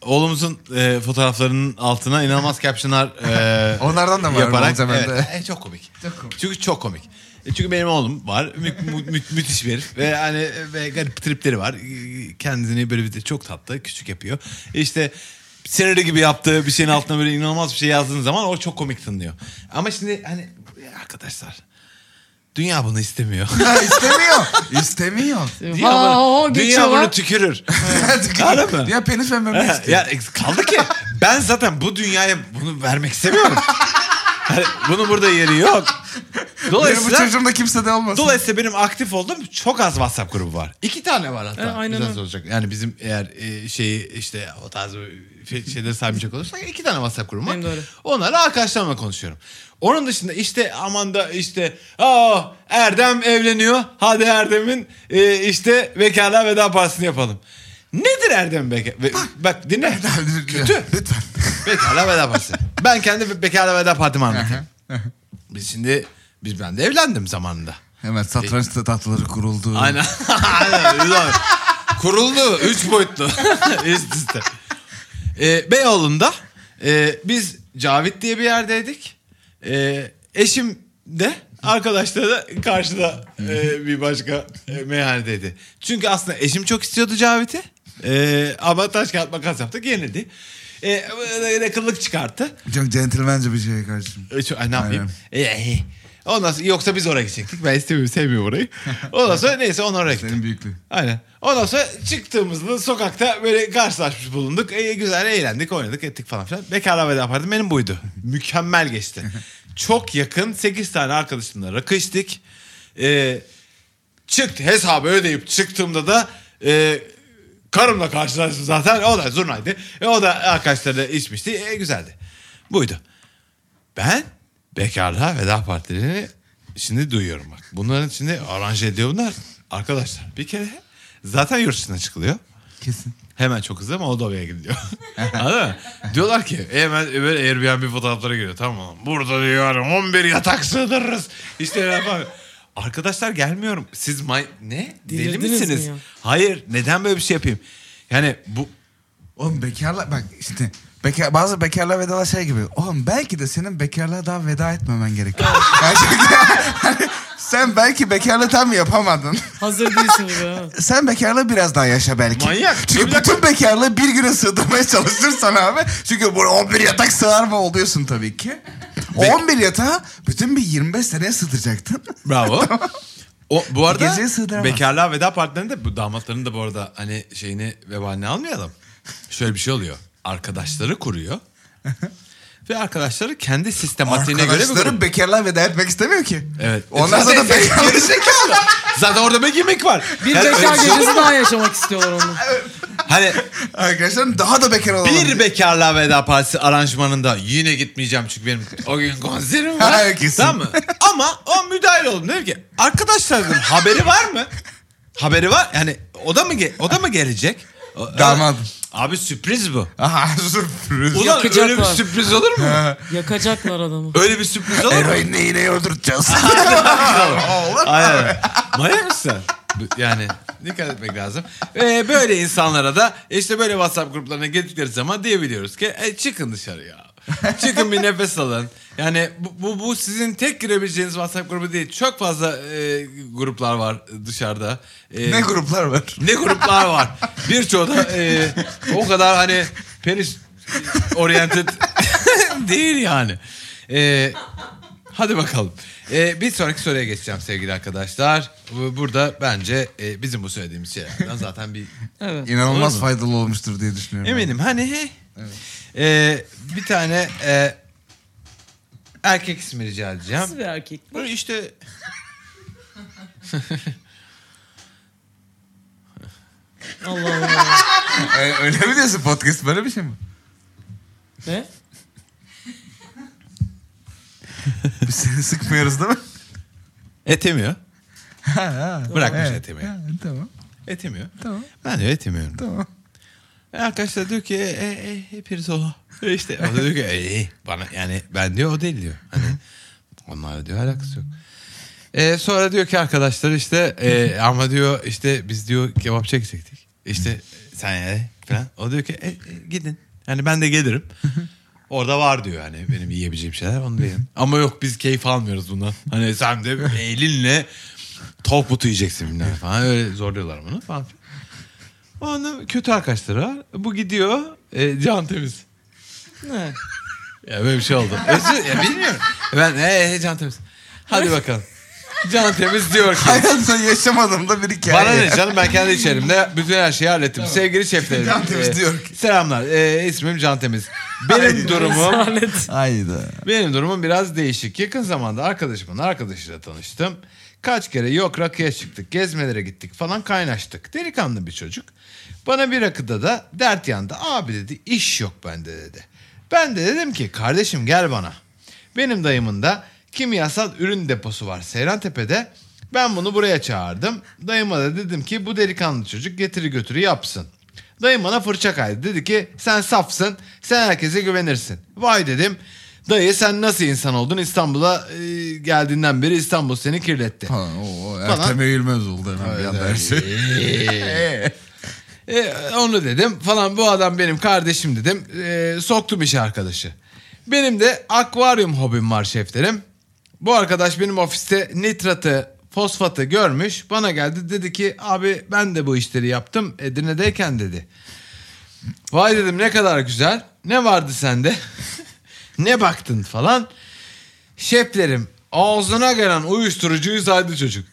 oğlumuzun e, fotoğraflarının altına inanılmaz captionlar e,
Onlardan da var
yaparak.
Oğuzhan bende.
Evet. E, çok komik.
Çok komik.
Çünkü çok komik. E, çünkü benim oğlum var. Mü- mü- mü- müthiş bir herif. Ve hani e, ve garip tripleri var. E, Kendini böyle bir de çok tatlı, küçük yapıyor. E İşte sinirli gibi yaptığı bir şeyin altına böyle inanılmaz bir şey yazdığın zaman o çok komik tınlıyor. Ama şimdi hani e, arkadaşlar dünya bunu istemiyor.
istemiyor. İstemiyor.
dönem
dünya
Ee, ha, o,
bunu, dünya
geçiyor
bunu
lan.
tükürür. Anladın mı?
ya penis ve memek
Ha,
istiyor.
ya e, kaldı ki ben zaten bu dünyaya bunu vermek istemiyorum. Yani bunun burada yeri yok.
Benim bu
Dolayısıyla
çocuğum da kimse de olmasın.
dolayısıyla benim aktif olduğum çok az WhatsApp grubu var. İki tane var hatta.
E, aynen
Güzel
öyle.
olacak. Yani bizim eğer e, şeyi işte o tarz bir fe- şeyleri saymayacak olursak iki tane WhatsApp grubu var.
Benim de öyle.
Onlarla arkadaşlarımla konuşuyorum. Onun dışında işte aman da işte aa Erdem evleniyor. Hadi Erdem'in e, işte vekala veda partisini yapalım. Nedir Erdem beka? ve- bak dinle. Kötü.
Lütfen.
Bekala veda partisi. Ben kendi bekala veda partimi anlatayım. Biz şimdi biz ben de evlendim zamanında.
Hemen satranç tahtaları kuruldu.
Aynen. Aynen. Güzel. Kuruldu. Üç boyutlu. Üst üste. Ee, Beyoğlu'nda e, biz Cavit diye bir yerdeydik. Ee, eşim de arkadaşları da karşıda e, bir başka e, meyhanedeydi. Çünkü aslında eşim çok istiyordu Cavit'i. Ee, ama taş kağıt makas yaptık yenildi. Ee, böyle kıllık çıkarttı.
Çok centilmence bir şey kardeşim.
E, şu- ay, ne yapayım? E, e. Ondan sonra, yoksa biz oraya gidecektik. Ben istemiyorum, sevmiyorum orayı. Ondan sonra neyse onu oraya gittim.
Senin büyüklüğü.
Aynen. Ondan sonra çıktığımızda sokakta böyle karşılaşmış bulunduk. E, güzel eğlendik, oynadık, ettik falan filan. Bekara veda yapardım. Benim buydu. Mükemmel geçti. Çok yakın 8 tane arkadaşımla rakı içtik. E, çıktı hesabı ödeyip çıktığımda da e, karımla karşılaştım zaten. O da zurnaydı. E, o da arkadaşlarıyla içmişti. E, güzeldi. Buydu. Ben bekarlığa veda partilerini şimdi duyuyorum bak. Bunların içinde aranje ediyor bunlar. Arkadaşlar bir kere zaten yurt dışına çıkılıyor.
Kesin.
Hemen çok hızlı Moldova'ya gidiliyor. Anladın mı? Diyorlar ki "E, hemen böyle Airbnb fotoğrafları geliyor. Tamam oğlum, burada diyor 11 yatak sığdırırız. İşte ne yapalım. Arkadaşlar gelmiyorum. Siz may- ne? Deli
Delirdiniz mi
misiniz?
ya?
Hayır. Neden böyle bir şey yapayım? Yani bu
Oğlum bekarla bak işte bekar, bazı bekarla vedalar şey gibi. Oğlum belki de senin bekarlığa daha veda etmemen gerekiyor. Gerçekten. Hani sen belki bekarlığı tam yapamadın.
Hazır değilsin gibi. ha.
Sen bekarlığı biraz daha yaşa belki.
Manyak. Dur
Çünkü
bir dakika.
bütün bekarlığı bir güne sığdırmaya çalışırsan abi. Çünkü bu 11 yatak sığar mı oluyorsun tabii ki. O
Bek-
11 yatağı bütün bir 25 seneye sığdıracaktın.
Bravo. O, bu arada
Geceye sığdıramaz.
bekarlığa veda partilerinde bu damatların da bu arada hani şeyini vebalini almayalım. Şöyle bir şey oluyor. Arkadaşları kuruyor. ve arkadaşları kendi sistematiğine göre bir
Arkadaşlarım
grup.
bekarlığa veda etmek istemiyor ki.
Evet.
Ondan sonra
Zaten-
bekarlık.
Zaten orada bir gimmick var.
Bir
Yani
bekar
öyle bir şey-
gecesi daha yaşamak istiyorlar onu.
Hani
Arkadaşlarım daha da bekar olalım.
bir bekarlığa veda partisi aranjmanında yine gitmeyeceğim çünkü benim o gün konserim var.
Hayır, kesin.
Tamam mı? Ama o müdahil oldu. Dedim ki arkadaşlar dedim, haberi var mı? Haberi var. Yani o da mı ge- o da mı gelecek? O-
Damadım.
Abi sürpriz bu.
Aha sürpriz.
Ulan
Yakacaklar.
öyle bir sürpriz olur mu?
Yakacaklar adamı.
öyle bir sürpriz olur mu?
Eroinle iğneyi öldürteceğiz. Oğlum.
Aynen. Manyak mısın? sen? Bu- Yani dikkat etmek lazım. Ee, böyle insanlara da işte böyle WhatsApp gruplarına girdikleri zaman diyebiliyoruz ki e, çıkın dışarı ya. Çıkın bir nefes alın. Yani bu, bu, bu sizin tek girebileceğiniz WhatsApp grubu değil. Çok fazla e, gruplar var dışarıda. E,
Ne gruplar var?
ne gruplar var. Birçoğu da e, o kadar hani penis oriented değil yani. E, hadi bakalım. E, bir sonraki soruya geçeceğim sevgili arkadaşlar. Bu- Burada bence e, bizim bu söylediğimiz şeylerden zaten bir
Evet.
İnanılmaz
Olur mu?
faydalı olmuştur diye düşünüyorum.
Eminim hani he. E, bir tane e, erkek ismi rica edeceğim.
Nasıl bir erkek?
Böyle işte...
Allah Allah.
E, öyle mi diyorsun podcast böyle bir şey mi?
ne?
Biz seni sıkmıyoruz değil mi?
Etemiyor.
Ha, ha.
Bırakmış etemeyi.
Ha, tamam
Etemiyor.
tamam
Ben de etemiyorum.
tamam.
E, Arkadaşlar diyor ki e, e, hepiniz ola. E İşte o da diyor ki e, e, bana yani ben diyor o değil diyor. Hani onlarla diyor alakası yok. E, sonra diyor ki arkadaşlar işte e, ama diyor işte biz diyor kebapçıya gidecektik. İşte e, sen ye falan. O diyor ki e, e, gidin. Yani ben de gelirim. Orada var diyor hani benim yiyebileceğim şeyler onu da yerim. Ama yok biz keyif almıyoruz bundan. Hani sen de elinle tavuk butu yiyeceksin bilmem falan. Öyle zorluyorlar bunu falan. filan. Onun kötü arkadaşları var. Bu gidiyor e, can temiz.
Ne?
Ya böyle bir şey oldu. Özür, ya bilmiyorum. Ben e, e, can temiz. Hadi bakalım. Can temiz diyor ki.
Hayatımda yaşamadım da bir hikaye.
Bana ne canım ben kendi içerimde bütün her şeyi hallettim. Sevgili şeflerim.
Can Temiz diyor ki.
Selamlar. E, ismim Can Temiz. Benim durumum
Lanet.
Hayda.
benim durumum biraz değişik. Yakın zamanda arkadaşımın arkadaşıyla tanıştım. Kaç kere yok rakıya çıktık, gezmelere gittik falan kaynaştık. Delikanlı bir çocuk. Bana bir rakıda da dert yandı. Abi dedi iş yok bende dedi. Ben de dedim ki kardeşim gel bana. Benim dayımın da kimyasal ürün deposu var Seyrantepe'de. Ben bunu buraya çağırdım. Dayıma da dedim ki bu delikanlı çocuk getiri götürü yapsın. Dayım bana fırça kaydı. Dedi ki sen safsın, sen herkese güvenirsin. Vay dedim. Dayı sen nasıl insan oldun? İstanbul'a e, geldiğinden beri İstanbul seni kirletti.
Ha, o, o, Ertem Eğilmez oldu hemen bir anda her şey.
E, onu dedim falan bu adam benim kardeşim dedim. E, soktum işe arkadaşı. Benim de akvaryum hobim var şeflerim. Bu arkadaş benim ofiste nitratı, fosfatı görmüş. Bana geldi dedi ki abi ben de bu işleri yaptım Edirne'deyken dedi. Vay dedim ne kadar güzel. Ne vardı sende? ne baktın falan. Şeflerim ağzına gelen uyuşturucuyu saydı çocuk.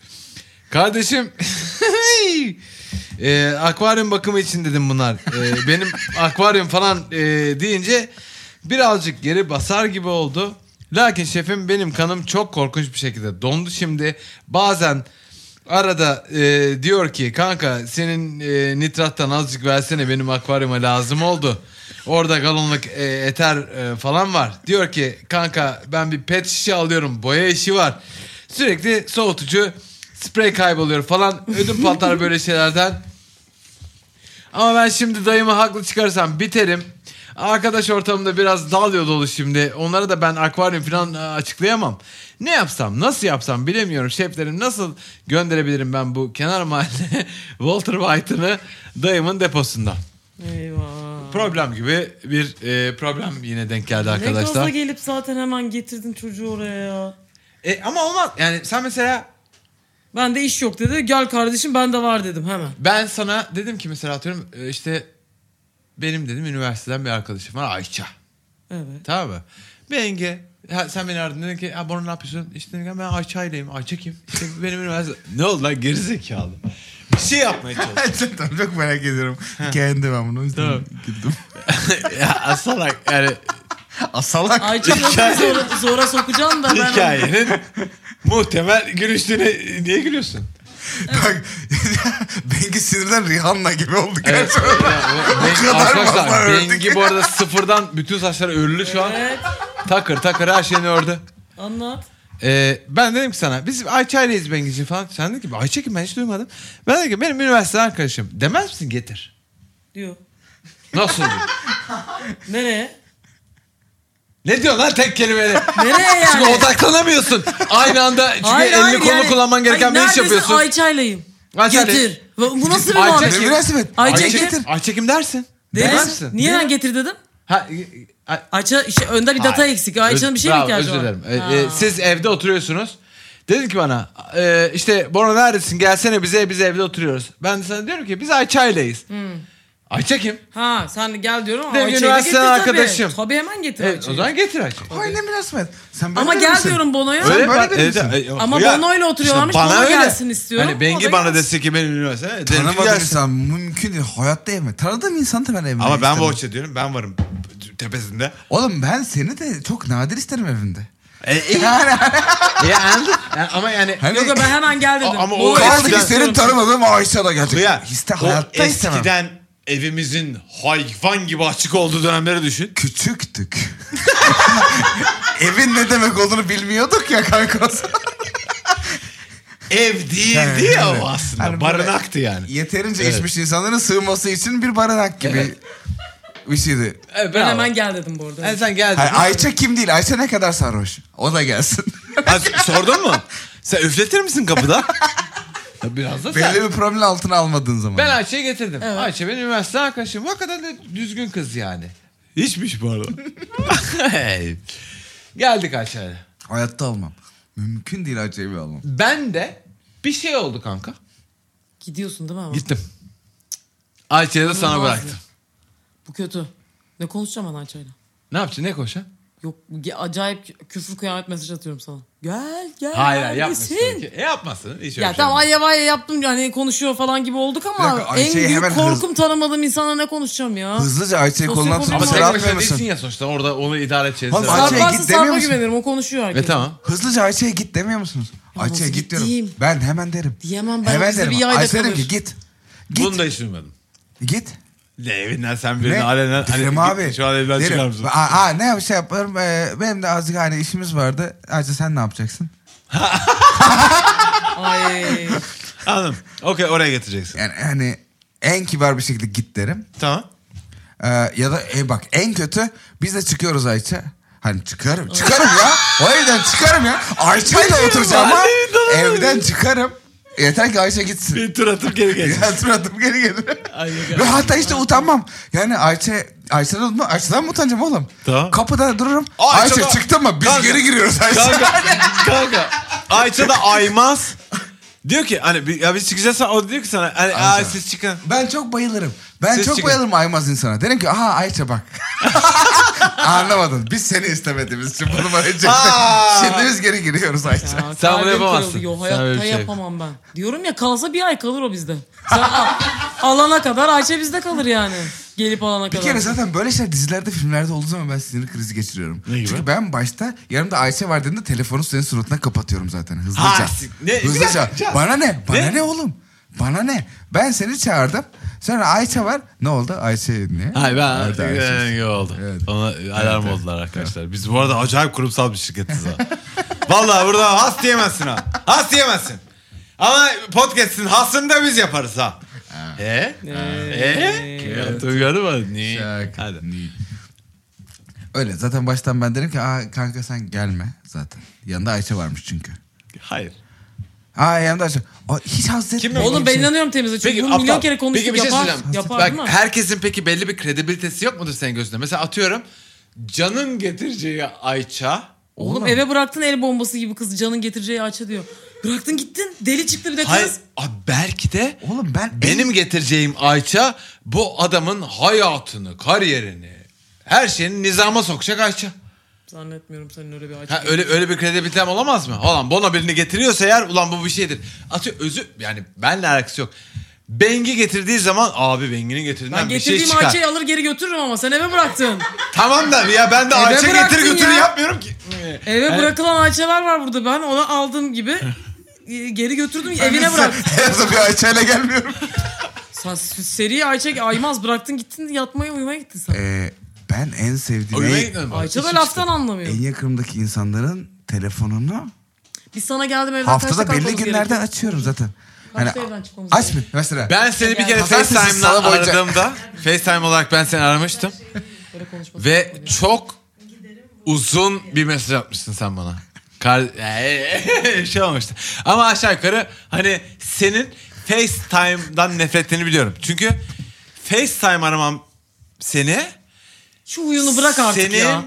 Kardeşim e, akvaryum bakımı için dedim bunlar. E, benim akvaryum falan e, deyince birazcık geri basar gibi oldu. Lakin şefim benim kanım çok korkunç bir şekilde dondu şimdi. Bazen arada e, diyor ki kanka senin e, nitrattan azıcık versene benim akvaryuma lazım oldu. Orada galonluk e, eter e, falan var. Diyor ki kanka ben bir pet şişe alıyorum boya işi var. Sürekli soğutucu sprey kayboluyor falan ödüm patlar böyle şeylerden. Ama ben şimdi dayımı haklı çıkarsam biterim. Arkadaş ortamında biraz dalıyor dolu şimdi. Onlara da ben akvaryum falan e, açıklayamam. Ne yapsam, nasıl yapsam bilemiyorum. Şeflerim nasıl gönderebilirim ben bu kenar mahalle Walter White'ını dayımın deposundan.
Eyvah.
Problem gibi bir e, problem yine denk geldi
Ne gaza
arkadaşlar.
gelip zaten hemen getirdin çocuğu oraya ya.
E, ama olmaz. Yani sen mesela
Ben de iş yok dedi. Gel kardeşim ben de var dedim hemen.
Ben sana dedim ki mesela atıyorum e, işte benim dedim üniversiteden bir arkadaşım var Ayça.
Evet.
Tamam mı? Benge. Ha, sen beni aradın dedin ki ha Bora ne yapıyorsun? İşte dedim ki, ben Ayça ileyim. Ayça kim? İşte benim üniversite. ne oldu lan gerizekalı? Bir şey yapmaya çalışıyor.
Gerçekten çok merak ediyorum. Hikayeni de ben bunu o yüzden
Tamam.
güldüm.
ya salak yani
Asalak.
Ayça nasıl zora, zora sokacaksın da ben...
hikayenin muhtemel gülüştüğüne niye gülüyorsun?
Bak Bengi sinirden Rihanna gibi oldu
Evet.
gerçekten.
Ben-
kadar mı Allah
Arkadaşlar
ördük?
Bengi bu arada sıfırdan bütün saçları örülü şu an.
Evet.
Takır takır her şeyini ördü.
Anlat.
Ee, ben dedim ki sana biz Ayça'yleyiz Bengi'ciğim falan. Sen dedin ki Ayça kim ben hiç duymadım. Ben dedim ki benim üniversite arkadaşım. Demez misin getir.
Diyor.
Nasıl olur?
Nereye?
ne diyorsun lan tek kelimeyle?
Nereye
Çünkü
yani?
odaklanamıyorsun. Aynı anda çünkü elini kolunu
yani-
kullanman gereken
Ay,
bir iş
neredesin?
yapıyorsun.
Ayça'yleyim.
Ayça ile-
Getir. Bu bu nasıl bir
Ayça
muhabbet?
kim?
Münasebet.
Ayça
Ayça,
getir.
Ayça kim dersin?
Deriz.
Demezsin.
Niye ben getir dedim?
Ha, y- a-
Ayça işte önde bir data
Hayır.
eksik. Ayça'nın bir şey mi
Bravo,
ihtiyacı var?
özür dilerim.
Ha.
Ee, e, siz evde oturuyorsunuz. Dedin ki bana e, işte Bora neredesin gelsene bize biz evde oturuyoruz. Ben de sana diyorum ki biz Ayça'yleyiz.
Hmm.
Ayça kim?
Ha sen gel diyorum ama
Değil,
Ayça'yı
üniversiteden
getir tabii.
arkadaşım.
Tabii hemen getir
Evet, E,
Ayça'yı.
o zaman getir Ayça.
Ay ne münasebet. Sen böyle
Ama
der
gel
misin?
diyorum Bono'ya.
Öyle-
mi?
böyle
Ben-
demişsin.
e, e,
Ama
ya,
Bono'yla oturuyorlarmış,
işte
Bono gelsin istiyorum,
Hani
o
Bengi
da
bana
gelsin.
dese ki ben üniversite.
Tanımadığım insan mümkün değil. Hayatta evime. Tanıdığım insan da ben evime
Ama ben
istemem.
bohça diyorum ben varım tepesinde.
Oğlum ben seni de çok nadir isterim evimde.
E, e, e, anladın? Yani ama yani
Hani
Yok yok, ben hemen gel dedim.
Ama o e,
Bu-
eskiden-
kaldı ki senin tanımadığın Ayşe da gelecek.
Kıya,
İste
o
hayatta istemem.
eskiden evimizin hayvan gibi açık olduğu dönemleri düşün.
Küçüktük. Evin ne demek olduğunu bilmiyorduk ya kanka.
Ev değildi ya o aslında.
Hani böyle
barınaktı yani.
Yeterince
Evet.
içmiş insanların sığması için bir barınak gibi bir şeydi.
Evet,
Ben
bravo.
hemen gel dedim bu arada.
Yani sen geldin.
Hayır, Ayça kim değil. Ayça ne kadar sarhoş. O da gelsin.
Ha, sordun mu? Sen üfletir misin kapıda? Ya Biraz da sen.
Belli bir problemin altına almadığın zaman.
Ben Ayça'yı getirdim.
Evet.
Ayça benim üniversite arkadaşım. O kadar da düzgün kız yani. Hiçmiş bu arada. Hey. Geldik Ayça'yla.
Hayatta almam. Mümkün değil Ayça'yı bir almam.
Ben de bir şey oldu kanka.
Gidiyorsun değil mi ama?
Gittim. Ayça'yı da sana
İnanılmaz
bıraktım.
ya. Bu kötü. Ne konuşacağım ben Ayça'yla?
Ne yapacaksın? Ne koşa?
Yok ge- acayip küfür kıyamet mesaj atıyorum sana. Gel gel.
Hayır hayır
neredesin?
yapmasın. E, yapmasın. Hiç öyle
Ya
şey
tamam
yok.
ay vay yaptım yani konuşuyor falan gibi olduk
Bir
ama
dakika,
en
Ayşe'yi
büyük
hemen
korkum tanımadığım insanla ne konuşacağım ya.
Hızlıca Ayça'yı
Sosyal
kolundan
problem
tutup
Ama
Sen
sıra
sen koşa
atmıyor
değilsin
musun?
ya sonuçta. Orada onu idare edeceğiz.
Oğlum,
Sen-
Ayça- Ayça'ya
Sarparsa
git demiyor
sarpa
musun?
güvenirim o konuşuyor herkes.
E tamam.
Hızlıca Ayça'ya git demiyor musunuz?
nasıl
Ayça'ya git
gideyim?
diyorum. Ben hemen derim.
Diyemem, ben
hemen
bizde bir yayda
Ayça derim
kalır.
ki git. Git.
Bunu da hiç duymadım.
Git.
Ne evinden sen birini
Ne?
alenen. hani
Derim
git,
abi.
Şu an evden
Derim.
çıkar mısın?
Aa, aa, ne bir şey yaparım. Ee, benim de azıcık hani işimiz vardı. Ayça sen ne yapacaksın?
Ay.
Anladım. Okey oraya getireceksin.
Yani hani en kibar bir şekilde git derim.
Tamam.
Ee, ya da e, bak en kötü biz de çıkıyoruz Ayça. Hani çıkarım. Çıkarım ya. O evden çıkarım ya. Ayça'yla
Biliyorum,
oturacağım ama
annemin dolayı.
evden çıkarım. Yeter ki Ayça gitsin.
Bir tur atıp geri gel.
Ya suratım geri gelir.
Ay, yok,
Ve
ay.
hatta işte utanmam. Yani Ayça Ayça'dan mı? Ayça'dan mı utanacağım oğlum?
Tamam.
Kapıda dururum.
Ayça
Ayça,
da-
çıktın mı? Biz
Kanka.
geri giriyoruz Ayça.
kanka, kanka. Ayça da aymaz. Diyor ki hani bir- ya biz çıkacağız sana- o diyor ki sana hani aa
Ayça.
siz çıkın.
Ben çok bayılırım. Ben
Siz
çok
çıkın.
bayılırım Aymaz insana. Derim ki aha Ayça bak. Anlamadın. Biz seni istemediğimiz için bu numarayı çektik.
Aa.
Şimdi biz geri giriyoruz Ayça.
Ya,
Sen bunu
kalbim
yapamazsın.
kırıldı. Yo,
Sen
hayatta
böyle bir şey yap.
yapamam ben. Diyorum ya kalsa bir ay kalır o bizde. Sen al- alana kadar Ayşe bizde kalır yani. Gelip alana
Bir
kadar.
kere zaten böyle şeyler dizilerde filmlerde olduğu zaman ben sinir krizi geçiriyorum.
Ne gibi?
Çünkü ben başta yanımda Ayşe var dediğinde telefonu senin suratına kapatıyorum zaten hızlıca.
Ha, sik- ne? Bir
Hızlıca.
dakika.
Bana ne? Bana
Ne?
ne? oğlum? Bana ne? Ben seni çağırdım. Sonra Ayça var. Ne oldu? Ayşe ne?
Hayır ben Ee,
Nerede
artık
Ayşe?
iyi oldu.
Evet.
Ona alarm
evet.
oldular arkadaşlar. Biz bu arada acayip kurumsal bir şirketiz ha. Vallahi burada has diyemezsin ha. Has diyemezsin. Ama podcast'in hasını da biz yaparız ha. E? E? Yaptığımı gördün mü? Ni.
Şak.
Hadi.
Öyle zaten baştan ben derim ki Aa, kanka sen gelme zaten. Yanında Ayşe varmış çünkü.
Hayır.
Aa yanında Ayşe. Aa, hiç haz
Kim
etmiyor.
Oğlum ben inanıyorum temize. Çünkü bunu milyon
aptal,
kere konuştuk
peki bir şey
yapar.
söyleyeceğim.
yapar
Bak,
değil mi?
herkesin peki belli bir kredibilitesi yok mudur senin gözünde? Mesela atıyorum canın getireceği Ayça.
Oğlum, eve bıraktın el bombası gibi kız canın getireceği Ayça diyor. Bıraktın gittin deli çıktı bir de kız.
Hayır, a, belki de
Oğlum ben
benim getireceğim Ayça bu adamın hayatını, kariyerini, her şeyini nizama sokacak Ayça.
Zannetmiyorum senin öyle bir Ayça.
Ha, öyle öyle bir kredibilitem olamaz mı? Ulan Bono birini getiriyorsa eğer ulan bu bir şeydir. Atıyor özü yani benle alakası yok. Bengi getirdiği zaman abi Bengi'nin getirdiğinden
ben
bir şey
getirdiğim
çıkar.
Ayça'yı alır geri götürürüm ama sen eve bıraktın.
Tamam da ya ben de
Eve
Ayça getir
E, bıraktın
götürü
ya.
yapmıyorum ki.
Eve bırakılan Ayça'lar var burada ben ona aldığım gibi e, geri götürdüm evine bıraktım.
Her zaman bir Ayça ile gelmiyorum.
Sen seri Ayça aymaz bıraktın gittin yatmaya uyumaya gittin sen.
Ee, ben en sevdiğim,
Uyumaya
en,
gitmedim ben.
Ayça da laftan anlamıyor.
E,
en yakınımdaki insanların telefonunu
Biz sana geldim evden kaçta
haftada belli
kalkmamız
günlerde
gerekiyor?
açıyorum zaten. Hani
Kaçta evden çıkmamız
aç mı? Mesela
Ben seni bir kere
Pazartesi
FaceTime'la
salı boyunca-
aradığımda FaceTime olarak ben seni aramıştım
Böyle konuşması
ve
gerekiyor.
çok uzun bir mesaj atmıştın sen bana. Kar şey olmuştu. Ama aşağı yukarı hani senin FaceTime'dan nefretini biliyorum. Çünkü FaceTime aramam seni
Şu huyunu bırak artık
Senin
ya.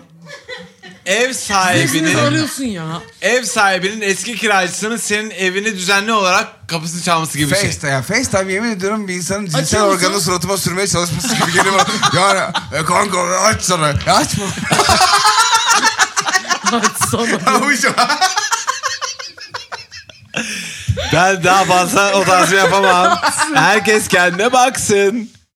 ev
Hepsini
sahibinin
arıyorsun ya.
ev sahibinin eski kiracısının senin evini düzenli olarak kapısını çalması gibi bir şey.
FaceTime, ya FaceTime yemin ediyorum bir insanın cinsel
Açıyor musun?
organını suratıma sürmeye çalışması gibi geliyor bana. Yani e, kanka aç sana. Ya açma.
Baksana.
Ben daha fazla o tarzı yapamam. Herkes kendine baksın.